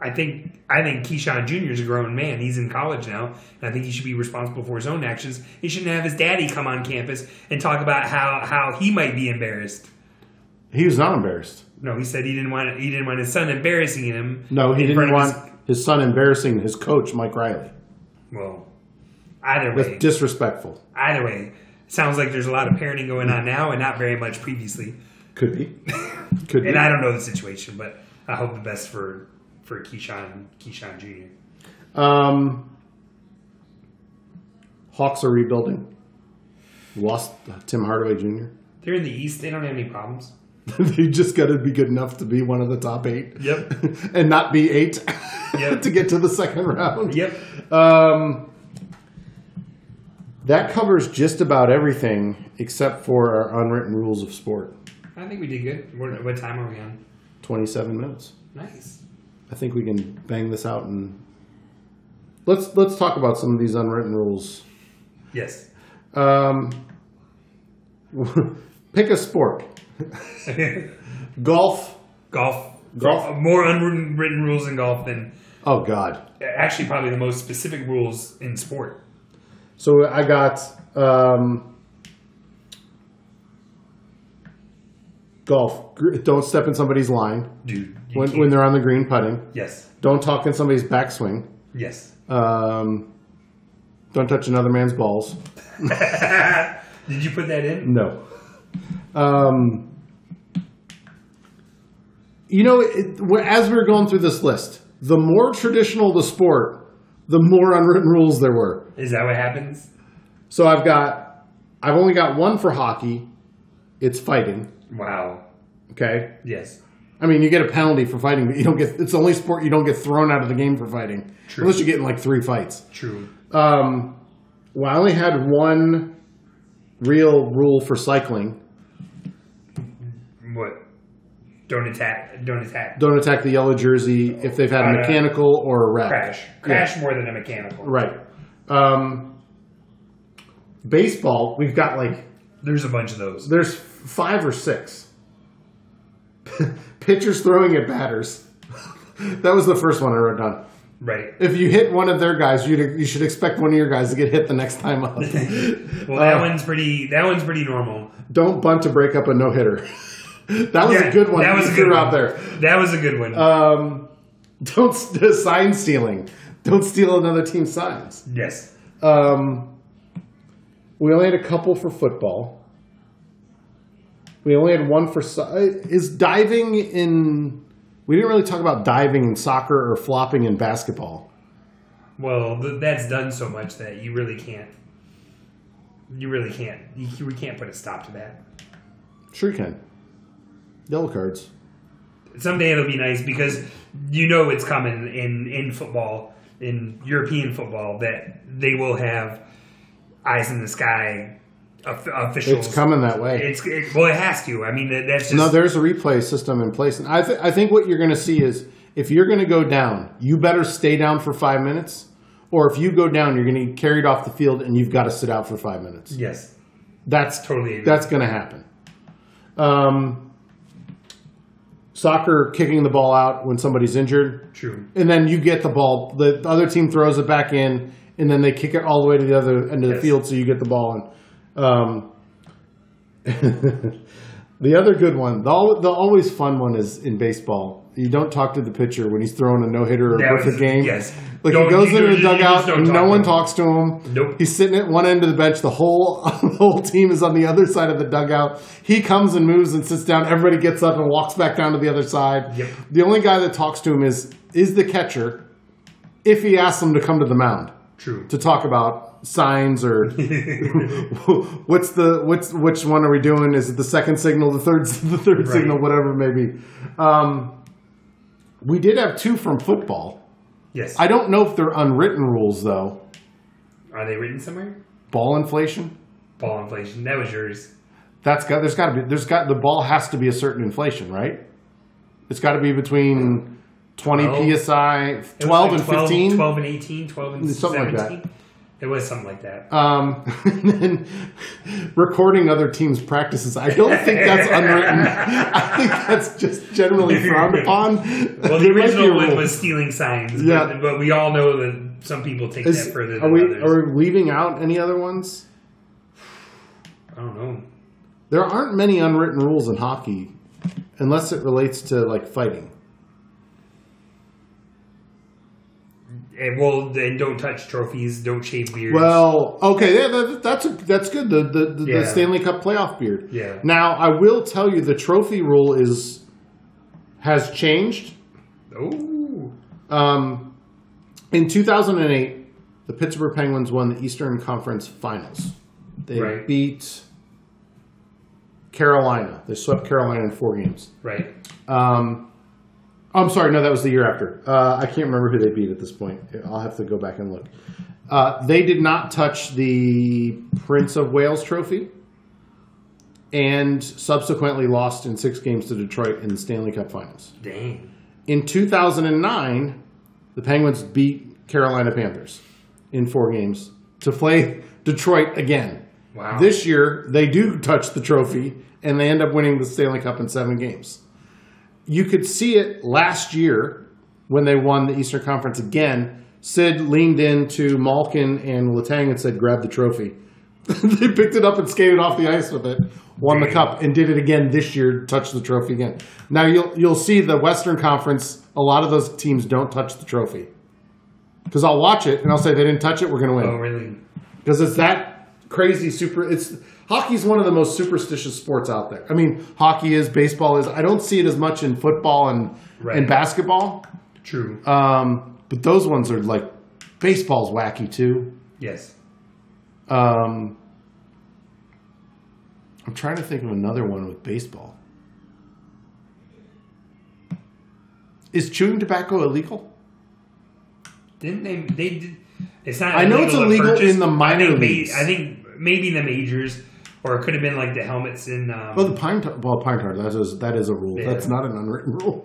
S2: I think I think Keyshawn Jr. is a grown man. He's in college now, and I think he should be responsible for his own actions. He shouldn't have his daddy come on campus and talk about how, how he might be embarrassed.
S1: He was not embarrassed.
S2: No, he said he didn't want he didn't want his son embarrassing him.
S1: No, he
S2: in
S1: didn't
S2: front of
S1: want his, son embarrassing his coach, Mike Riley.
S2: His, well, either way,
S1: That's disrespectful.
S2: either way, sounds like there's a lot of parenting going on now, and not very much previously.
S1: Could be. Could be.
S2: And I don't know the situation, but I hope the best for for Keyshawn Keyshawn Jr.
S1: Um, Hawks are rebuilding. Lost uh, Tim Hardaway Jr.
S2: They're in the East. They don't have any problems.
S1: they just got to be good enough to be one of the top eight.
S2: Yep.
S1: and not be eight
S2: Yep.
S1: to get to the second round.
S2: Yep.
S1: Um, that covers just about everything except for our unwritten rules of sport.
S2: I think we did good. What, what time are we on?
S1: 27 minutes.
S2: Nice.
S1: I think we can bang this out and let's let's talk about some of these unwritten rules.
S2: Yes.
S1: Um, pick a sport. Golf.
S2: golf.
S1: Golf.
S2: More unwritten written rules in golf than
S1: Oh God.
S2: actually probably the most specific rules in sport.
S1: So I got um, golf. Gr- Don't step in somebody's line
S2: Dude. you
S1: when,
S2: can't-
S1: when they're on the green putting.
S2: yes.
S1: Don't talk in somebody's backswing.
S2: Yes.
S1: Um, don't touch another man's balls.
S2: Did you put that in?
S1: No. Um, you know, it, wh- as we were going through this list, the more traditional the sport, the more unwritten rules there were.
S2: Is that what happens?
S1: So I've got, I've only got one for hockey. It's fighting.
S2: Wow.
S1: Okay.
S2: Yes.
S1: I mean, you get a penalty for fighting, but you don't get. It's the only sport you don't get thrown out of the game for fighting,
S2: True.
S1: unless you get in like three fights.
S2: True.
S1: Um, well, I only had one real rule for cycling:
S2: What? Don't attack. Don't attack.
S1: don't attack the yellow jersey if they've had a
S2: Uh,
S1: mechanical or a wreck.
S2: Crash. Crash more than a mechanical.
S1: Right. Um, baseball, we've got like
S2: There's a bunch of those.
S1: there's five or six pitchers throwing at batters. that was the first one I wrote down.
S2: Right.
S1: if you hit one of their guys, you you should expect one of your guys to get hit the next time up.
S2: Well, that
S1: Uh,
S2: one's pretty. That one's pretty normal.
S1: Don't bunt to break up a no hitter. that was
S2: Yeah,
S1: a good one.
S2: That was a
S1: You
S2: good
S1: threw
S2: one
S1: out there.
S2: That was a good one.
S1: Um, don't s- sign stealing. Don't steal another team's signs.
S2: yes.
S1: Um, we only had a couple for football. We only had one for so- uh, is diving in. We didn't really talk about diving in soccer or flopping in basketball.
S2: Well, th- that's done so much that you really can't. You really can't. You, you- we can't put a stop to that.
S1: Sure you can. Yellow cards.
S2: Someday it'll be nice because you know it's coming in in football, in European football, that they will have eyes in the sky of- officials.
S1: It's coming that way.
S2: It's it, well, it has to. I mean, that, that's just
S1: No, there's a replay system in place, and I, th- I think what you're going to see is if you're going to go down, you better stay down for five minutes, or if you go down, you're going to get carried off the field and you've got to sit out for five minutes.
S2: yes.
S1: That's
S2: Totally agree.
S1: that's going to happen. Um, soccer kicking the ball out when somebody's injured,
S2: True.
S1: and then you get the ball. The, the other team throws it back in, and then they kick it all the way to the other end of the
S2: Yes.
S1: field, so you get the ball. And um, the other good one, the, al- the always fun one, is in baseball. You don't talk to the pitcher when he's throwing a no hitter or
S2: That
S1: a perfect
S2: was-
S1: game.
S2: yes.
S1: like
S2: Don't-
S1: he goes
S2: you
S1: into
S2: don't-
S1: the
S2: you just
S1: dugout,
S2: don't
S1: and
S2: talk
S1: no
S2: to
S1: one
S2: him.
S1: talks to him.
S2: Nope.
S1: He's sitting at one end of the bench. The whole the whole team is on the other side of the dugout. He comes and moves and sits down. Everybody gets up and walks back down to the other side.
S2: Yep.
S1: The only guy that talks to him is is the catcher. If he asks him to come to the mound
S2: True.
S1: to talk about signs or what's the what's which one are we doing? Is it the second signal, the third the third
S2: Right.
S1: signal, whatever it may be. Um, we did have two from football.
S2: yes.
S1: I don't know if they're unwritten rules though.
S2: Are they written somewhere?
S1: Ball inflation.
S2: Ball inflation. That was yours.
S1: That's got there's got to be there's got the ball has to be a certain inflation, right? It's got to be between twenty
S2: Twelve.
S1: psi,
S2: It was
S1: twelve
S2: like
S1: and fifteen,
S2: 12 and 18, 12 and
S1: Something like
S2: 17.
S1: that.
S2: It was something like that.
S1: um, and then recording other teams' practices. I don't think that's unwritten. I think that's just generally frowned upon. There might
S2: well, the
S1: be a
S2: original one
S1: rule.
S2: was stealing signs.
S1: Yeah.
S2: But, but we all know that some people take
S1: Is-
S2: that further
S1: are
S2: than
S1: we
S2: others.
S1: are we leaving out any other ones?
S2: I don't know.
S1: There aren't many unwritten rules in hockey, unless it relates to like fighting.
S2: Eh, well, then don't touch trophies. Don't shave beards.
S1: Well, okay, yeah, that, that's that's good. The the, the,
S2: Yeah.
S1: the Stanley Cup playoff beard.
S2: Yeah.
S1: Now I will tell you the trophy rule is has changed.
S2: Ooh.
S1: Um, in 2008, the Pittsburgh Penguins won the Eastern Conference Finals. They
S2: Right.
S1: beat Carolina. They swept Carolina in four games.
S2: Right.
S1: Um, I'm sorry, no, that was the year after. Uh, I can't remember who they beat at this point. I'll have to go back and look. Uh, they did not touch the Prince of Wales trophy and subsequently lost in six games to Detroit in the Stanley Cup finals.
S2: Dang.
S1: In 2009, the Penguins beat Carolina Panthers in four games to play Detroit again.
S2: Wow.
S1: This year, they do touch the trophy and they end up winning the Stanley Cup in seven games. You could see it last year when they won the Eastern Conference again. Sid leaned into Malkin and Latang and said, Grab the trophy. they picked it up and skated off the ice with it, won the
S2: Damn.
S1: cup, and did it again this year, touched the trophy again. Now you'll you'll see the Western Conference, a lot of those teams don't touch the trophy. Because I'll watch it and I'll say they didn't touch it, we're gonna win
S2: oh, really?
S1: because it's that crazy super it's hockey's one of the most superstitious sports out there i mean hockey is baseball is i don't see it as much in football and
S2: Right.
S1: and basketball
S2: True.
S1: um, but those ones are like baseball's wacky too
S2: yes.
S1: um, i'm trying to think of another one with baseball is chewing tobacco illegal
S2: Didn't they? They did. It's not.
S1: I know it's
S2: to
S1: illegal
S2: purchase.
S1: in the minor
S2: I think, ma-
S1: leagues.
S2: I think maybe the majors, or it could have been like the helmets in. Um,
S1: Well, Oh, the pine tar, well, pine tar, that is, that is a rule.
S2: Yeah.
S1: That's not an unwritten rule.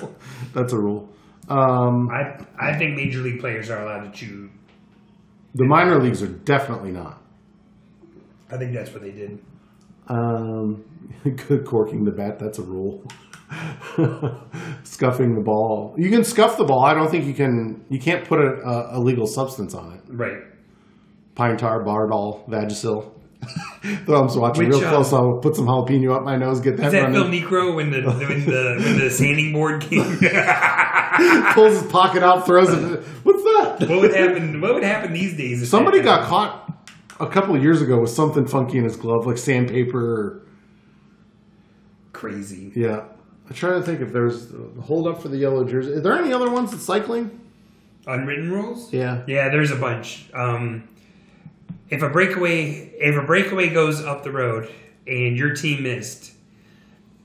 S1: That's a rule. Um,
S2: I I think major league players are allowed to chew.
S1: The minor leagues are definitely not.
S2: I think that's what they did.
S1: Um, good corking the bat, that's a rule. Scuffing the ball. You can scuff the ball. I don't think you can. You can't put a, a, a legal substance on it.
S2: Right.
S1: Pine tar, bardol, Vagisil. Though I'm watching
S2: Which,
S1: real close.
S2: um,
S1: I'll put some jalapeno up my nose. Get that
S2: Is that Phil
S1: running.
S2: Necro when the when the when the sanding board came?
S1: Pulls his pocket out, throws it. What's that?
S2: what would happen? What would happen these days? if
S1: Somebody
S2: that
S1: got
S2: happened?
S1: caught a couple of years ago with something funky in his glove, like sandpaper or
S2: crazy.
S1: Yeah. I'm trying to think if there's the hold up for the yellow jersey. Are there any other ones that's cycling?
S2: Unwritten rules.
S1: Yeah.
S2: Yeah, there's a bunch. Um, if a breakaway if a breakaway goes up the road and your team missed,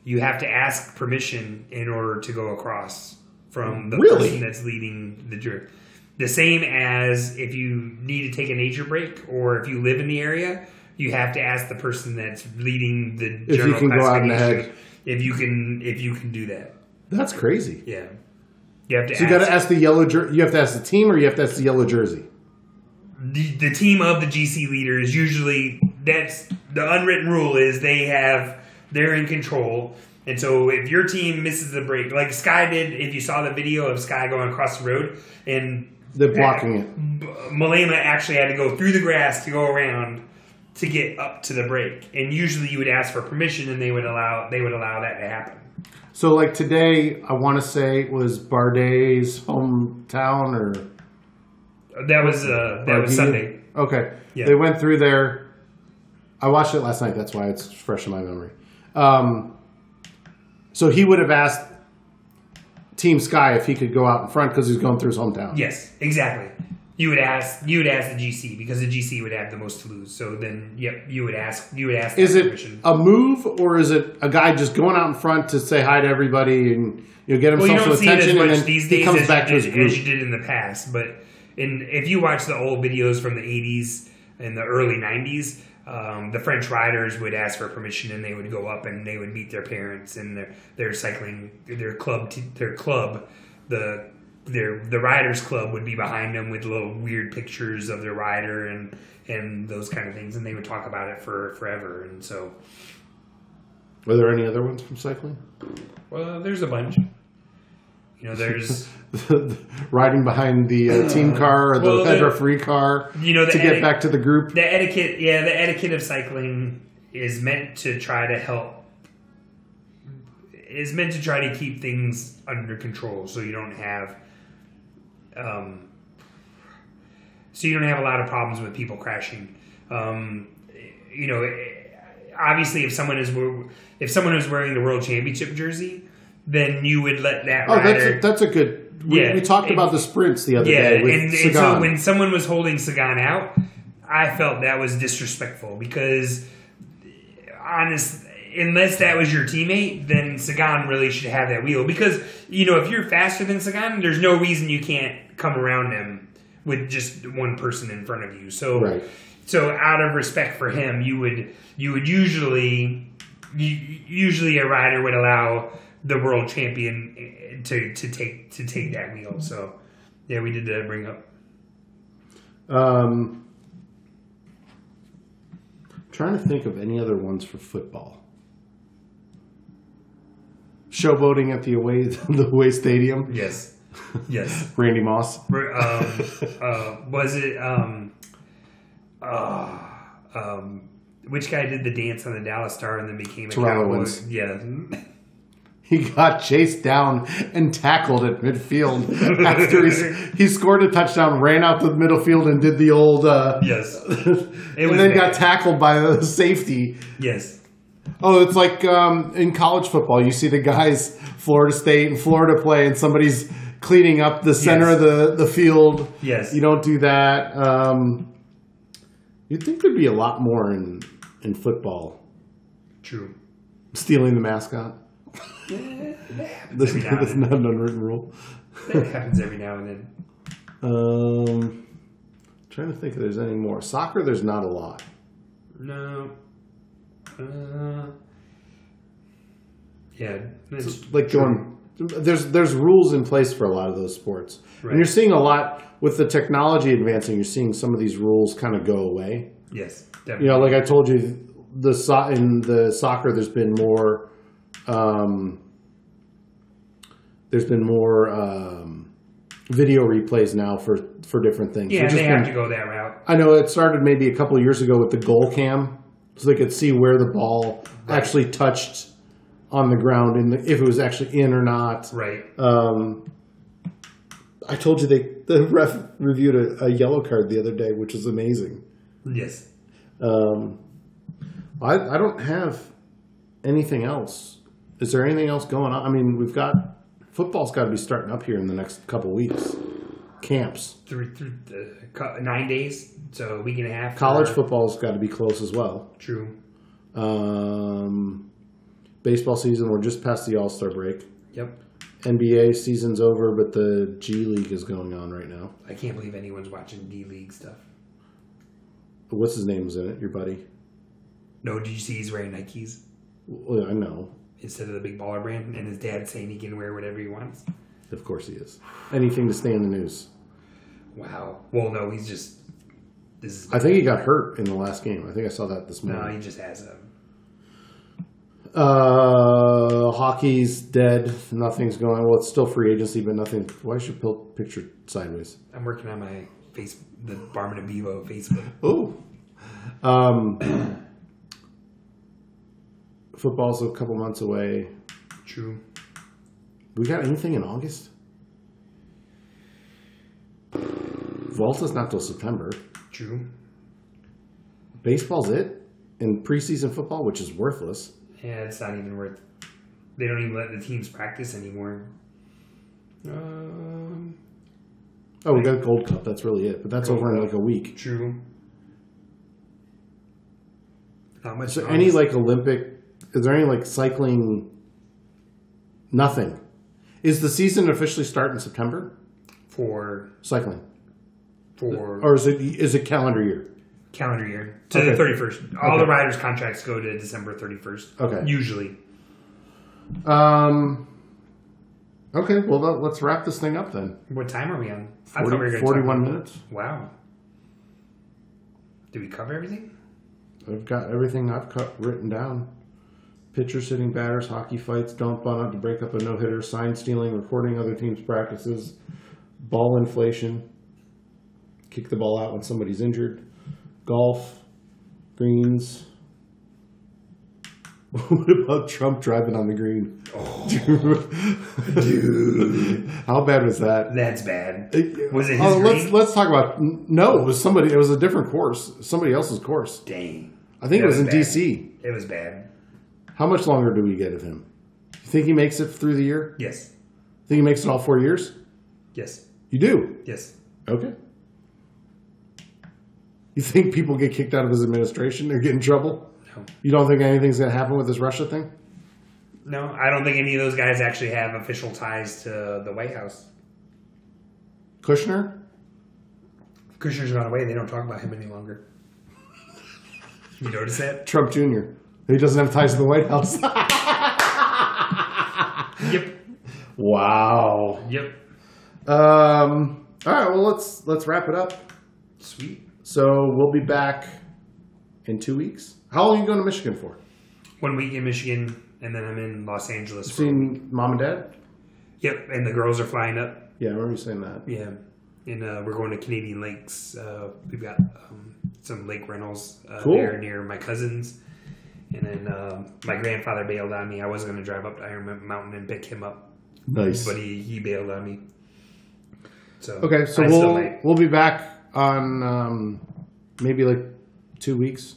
S2: you have to ask permission in order to go across from the
S1: Really?
S2: person that's leading the jerk. The same as if you need to take a nature break or if you live in the area, you have to ask the person that's leading the
S1: you
S2: general
S1: can go out in the
S2: classification if you can if you can do that.
S1: That's crazy.
S2: Yeah. You have to
S1: So you got to ask the yellow jersey. You have to ask the team, or you have to ask the yellow jersey.
S2: the, the team of the GC leader is usually that's the unwritten rule is they have they're in control. And so if your team misses the break, like Sky did, if you saw the video of Sky going across the road and
S1: They're blocking it.
S2: B- Malema actually had to go through the grass to go around to get up to the break. And usually you would ask for permission and they would allow they would allow that to happen.
S1: So like today, I want to say it was Bardet's hometown or
S2: That was uh, that
S1: Bardini.
S2: was Sunday.
S1: Okay,
S2: Yeah.
S1: they went through there. I watched it last night. That's why it's fresh in my memory. Um, so he would have asked Team Sky if he could go out in front because he's going through his hometown.
S2: Yes, exactly. You would ask you would ask the GC because the GC would have the most to lose. So then yep, you would ask you would ask
S1: Is
S2: that
S1: it
S2: permission.
S1: a move or is it a guy just going out in front to say hi to everybody and you know, get
S2: Well,
S1: himself
S2: you
S1: some
S2: don't see it as
S1: attention and
S2: much
S1: then
S2: these
S1: he
S2: days
S1: comes
S2: as,
S1: back to
S2: you
S1: his
S2: did,
S1: group?
S2: as you did in the past. But in, if you watch the old videos from the 80s and the early 90s, um, the French riders would ask for permission and they would go up and they would meet their parents and their, their cycling, their club, t- their club, the their the riders club would be behind them with little weird pictures of their rider and and those kind of things and they would talk about it for forever and so
S1: Were there any other ones from cycling?
S2: well there's a bunch you know there's
S1: Riding behind the uh, team car or the
S2: Well,
S1: head
S2: the-
S1: referee car
S2: you know the
S1: to get
S2: eti-
S1: back to the group.
S2: the etiquette yeah the etiquette of cycling is meant to try to help is meant to try to keep things under control so you don't have um, so you don't have a lot of problems with people crashing um, you know obviously if someone is if someone is wearing the world championship jersey then you would let that
S1: Oh,
S2: rider
S1: that's a, that's a good. We,
S2: Yeah,
S1: we talked
S2: it-
S1: about the sprints the other
S2: yeah,
S1: day with
S2: and, and so
S1: Sagan.
S2: when someone was holding Sagan out, I felt that was disrespectful because, honest, unless that was your teammate, then Sagan really should have that wheel because you know if you're faster than Sagan, there's no reason you can't come around him with just one person in front of you. So,
S1: Right.
S2: so out of respect for him, you would you would usually u- usually a rider would allow the world champion eh, to to take to take that wheel. So yeah, we did that bring up.
S1: um, trying to think of any other ones for football. Showboating at the away the away stadium.
S2: Yes, yes.
S1: Randy Moss.
S2: Br- Um, uh, was it um, uh, um, which guy did the dance on the Dallas Star and then became a
S1: Terrell
S2: cowboy?
S1: Owens.
S2: Yeah,
S1: He got chased down and tackled at midfield after he's, he scored a touchdown, ran out to the middle field, and did the old. Uh,
S2: yes, was
S1: and then
S2: bad.
S1: got tackled by the safety.
S2: yes.
S1: Oh, it's like um, in college football. You see the guys, Florida State and Florida play, and somebody's cleaning up the center
S2: Yes.
S1: of the, the field.
S2: Yes.
S1: You don't do that. Um, you'd think there'd be a lot more in, in football.
S2: True.
S1: Stealing the mascot. That's,
S2: every now and
S1: that's
S2: then.
S1: not an unwritten rule.
S2: That happens every now and then.
S1: Um, trying to think if there's any more. Soccer, there's not a lot.
S2: No. Uh, yeah. that's
S1: like
S2: true.
S1: going there's there's rules in place for a lot of those sports
S2: Right.
S1: and you're seeing a lot with the technology advancing you're seeing some of these rules kind of go away
S2: Yes.
S1: you
S2: Definitely.
S1: know like i told you the so- in the soccer there's been more um, there's been more um, video replays now for for different things
S2: Yeah,
S1: Which has
S2: they have
S1: been-
S2: to go that route.
S1: I know it started maybe a couple of years ago with the goal cam, so they could see where the ball actually touched on the ground and if it was actually in or not.
S2: Right.
S1: Um, I told you they the ref reviewed a, a yellow card the other day, which was amazing.
S2: Yes.
S1: Um, I, I don't have anything else. Is there anything else going on? I mean, we've got football's got to be starting up here in the next couple weeks. Camps,
S2: Through through the, uh, co- nine days, so a week and a half.
S1: college
S2: for-
S1: football's got to be close as well.
S2: True.
S1: Um, baseball season, we're just past the All Star break.
S2: Yep.
S1: NBA season's over, but the G League is going on right now.
S2: I can't believe anyone's watching D League stuff.
S1: What's his name was in it? Your buddy?
S2: No, did you see he's wearing Nikes
S1: Well, I know.
S2: instead of the big baller brand? And his dad's saying he can wear whatever he wants.
S1: Of course he is. Anything to stay in the news.
S2: Wow. Well, no, he's just This is
S1: I think he got hurt in the last game. I think I saw that this
S2: no,
S1: morning.
S2: he just has a
S1: Uh, hockey's dead. Nothing's going. Well, it's still free agency, but nothing. Why is your pill picture sideways?
S2: I'm working on my face, the Barman and Bevo Facebook.
S1: Oh. Um, football's a couple months away.
S2: True.
S1: We got anything in August? Volta's not till September.
S2: True.
S1: Baseball's it, and preseason football, which is worthless.
S2: Yeah, it's not even worth. They don't even let the teams practice anymore. Um,
S1: Oh, we got Gold Cup. That's really it, but that's
S2: Gold
S1: over in
S2: Cup.
S1: like a week.
S2: true. Not much.
S1: So
S2: else.
S1: any like Olympic? Is there any like cycling? Nothing. Is the season officially start in September?
S2: for
S1: Cycling,
S2: for
S1: or is it is it calendar year?
S2: calendar year to
S1: Okay.
S2: the thirty first. All the
S1: Okay.
S2: riders' contracts go to December thirty first.
S1: Okay.
S2: Usually,
S1: Um. Okay. Well, let- let's wrap this thing up then.
S2: what time are we on? I thought
S1: 40,
S2: we were gonna
S1: 41
S2: talk-
S1: minutes.
S2: Wow. Did we cover everything?
S1: I've got everything I've cut written down. Pitchers hitting batters, hockey fights, don't bunt out to break up a no hitter, sign stealing, recording other teams' practices, ball inflation, kick the ball out when somebody's injured, golf, greens. What about Trump driving on the green? Dude. How bad was that?
S2: That's bad.
S1: It-
S2: Was it his
S1: oh, let's
S2: green?
S1: let's talk about no, it was somebody it was a different course, somebody else's course.
S2: Dang.
S1: I think
S2: That
S1: it was,
S2: was
S1: in
S2: bad.
S1: DC.
S2: It was bad.
S1: How much longer do we get of him? You think he makes it through the year?
S2: Yes.
S1: Think he makes it all four years?
S2: Yes.
S1: You do.
S2: Yes.
S1: Okay. You think people get kicked out of his administration or get in trouble?
S2: No.
S1: You don't think anything's going to happen with this Russia thing?
S2: No, I don't think any of those guys actually have official ties to the White House.
S1: Kushner?
S2: Kushner's gone away. They don't talk about him any longer. You notice that?
S1: Trump Jr. He doesn't have ties to the White House.
S2: Yep.
S1: wow.
S2: Yep.
S1: Um, all right, well let's let's wrap it up.
S2: Sweet.
S1: So we'll be back in two weeks. How long are you going to Michigan for?
S2: One week in Michigan, and then I'm in Los Angeles. for-
S1: Seeing mom and dad?
S2: Yep. And the girls are flying up.
S1: Yeah, I remember you saying that.
S2: Yeah. And uh, we're going to Canadian Lakes. Uh, we've got um, some lake rentals uh,
S1: Cool.
S2: there near my cousins. And then um, my grandfather bailed on me. I was going to drive up to Iron Mountain and pick him up,
S1: Nice.
S2: but he, he bailed on me. So
S1: Okay, so
S2: I still
S1: we'll
S2: might.
S1: we'll be back on um, maybe like two weeks.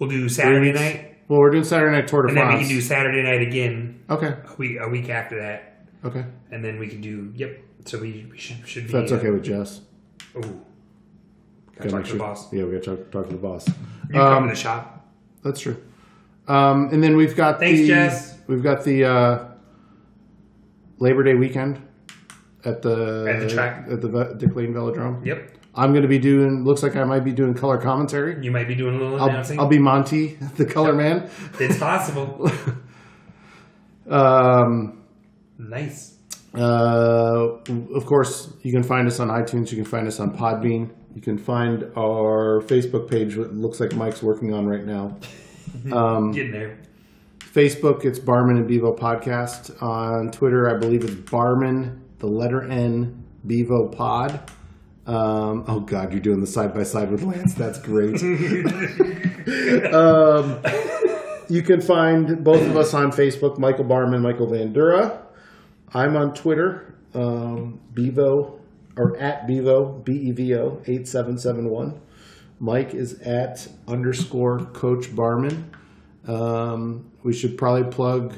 S2: We'll do Saturday
S1: weeks.
S2: night,
S1: Well, we're doing Saturday night Tour de
S2: and then we
S1: France.
S2: can do Saturday night again
S1: okay,
S2: a week a week after that,
S1: okay,
S2: and then we can do yep. So we, we should should be
S1: if that's okay with Jess.
S2: Oh, gotta
S1: Gotta
S2: talk
S1: make
S2: to
S1: sure- Um,
S2: the boss.
S1: Yeah, we gotta talk, talk to the boss.
S2: You come to the shop.
S1: That's true. Um, and then we've got
S2: Thanks,
S1: the,
S2: Jess.
S1: We've got the uh, Labor Day weekend at the
S2: At the track.
S1: at the Ve- Dick Lane Velodrome.
S2: Yep,
S1: I'm going to be doing. Looks like I might be doing color commentary.
S2: you might be doing a little announcing.
S1: I'll, I'll be Monty, the color man.
S2: it's possible.
S1: Um,
S2: nice.
S1: Uh, of course, you can find us on iTunes. You can find us on Podbean. You can find our Facebook page, what it looks like Mike's working on right now. Um,
S2: Getting there.
S1: Facebook, it's Barman and Bevo Podcast. On Twitter, I believe it's Barman, the letter N, Bevo Pod. Um, oh, God, you're doing the side by side with Lance. That's great. um, you can find both of us on Facebook, Michael Barman, Michael Vandura. I'm on Twitter, um, Bevo, or at Bevo, B E V O, 8771. Mike is at underscore Coach Barman. Um, we should probably plug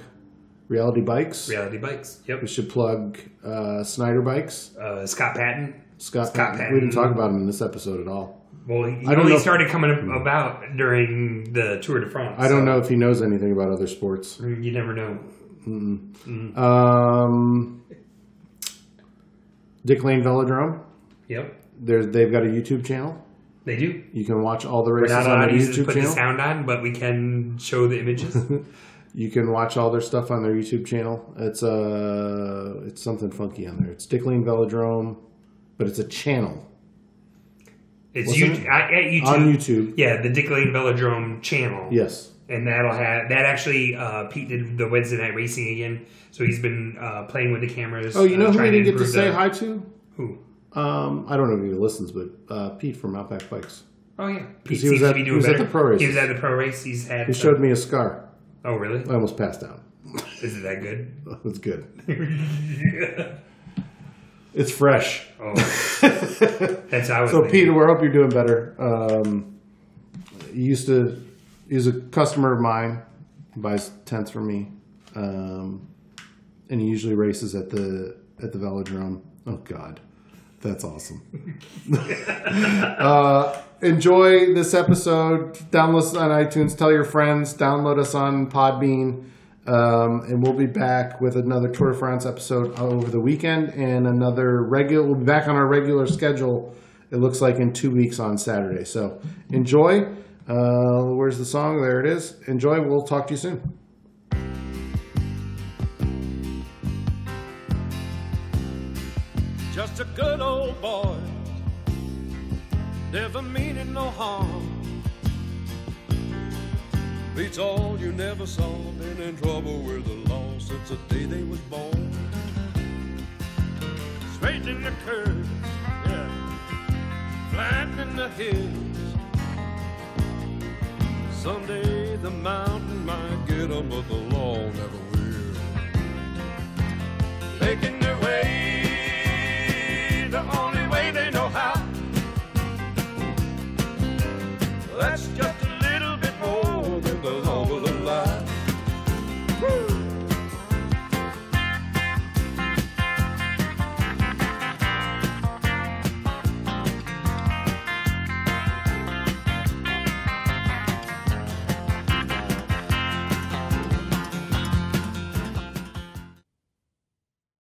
S1: Reality Bikes.
S2: Reality bikes. Yep.
S1: We should plug uh, Snyder Bikes.
S2: Uh, Scott Patton.
S1: Scott, Patton.
S2: Patton.
S1: We didn't talk about him in this episode at all.
S2: Well, he
S1: don't
S2: only
S1: know if- Hmm.
S2: started coming ab- about during the Tour de France.
S1: I don't know if he knows anything about other sports.
S2: so You never know.
S1: Um, Dick Lane Velodrome.
S2: Yep,
S1: There's, they've got a YouTube channel.
S2: they do.
S1: You can watch all the
S2: We're
S1: races
S2: not
S1: on their
S2: allowed to
S1: YouTube
S2: put the
S1: channel.
S2: sound on, but we can show the images.
S1: You can watch all their stuff on their YouTube channel. It's uh, it's something funky on there. It's Dick Lane Velodrome, but it's a channel.
S2: It's
S1: Wasn't
S2: YouTube,
S1: it?
S2: I, at YouTube.
S1: on YouTube.
S2: Yeah, the Dick Lane Velodrome channel.
S1: Yes.
S2: and that'll have that actually. Uh, Pete did the Wednesday night racing again, so he's been uh, playing with the cameras.
S1: Oh, you know
S2: uh,
S1: who we
S2: trying
S1: didn't get to
S2: improve
S1: say
S2: the-
S1: hi to?
S2: Who?
S1: Um, I don't know if he listens, but uh, Pete from Outback Bikes.
S2: Oh yeah, Pete
S1: he was
S2: seems
S1: at-
S2: to be
S1: he
S2: doing
S1: was at
S2: better.
S1: the pro races.
S2: He was at the pro race. He's had.
S1: He showed me a scar.
S2: oh really?
S1: I almost passed out.
S2: Is it that good?
S1: That's good. It's fresh.
S2: oh,
S1: so
S2: that's how I was. thinking.
S1: Peter, we hope you're doing better. Um, he used to he's a customer of mine. He buys tents from me, um, and he usually races at the at the velodrome. Oh God, that's awesome. uh, enjoy this episode. Download us on iTunes. Tell your friends. Download us on Podbean. Um, and we'll be back with another Tour de France episode over the weekend and another regular. We'll be back on our regular schedule. It looks like in two weeks on Saturday. So enjoy. Uh, where's the song? There it is. Enjoy. We'll talk to you soon.
S3: just a good old boy. Never meaning no harm. Beats all you never saw. Been in trouble with the law since the day they was born. Straightening the curves, yeah. Flattening the hills. Someday the mountain might get 'em, but the law never will.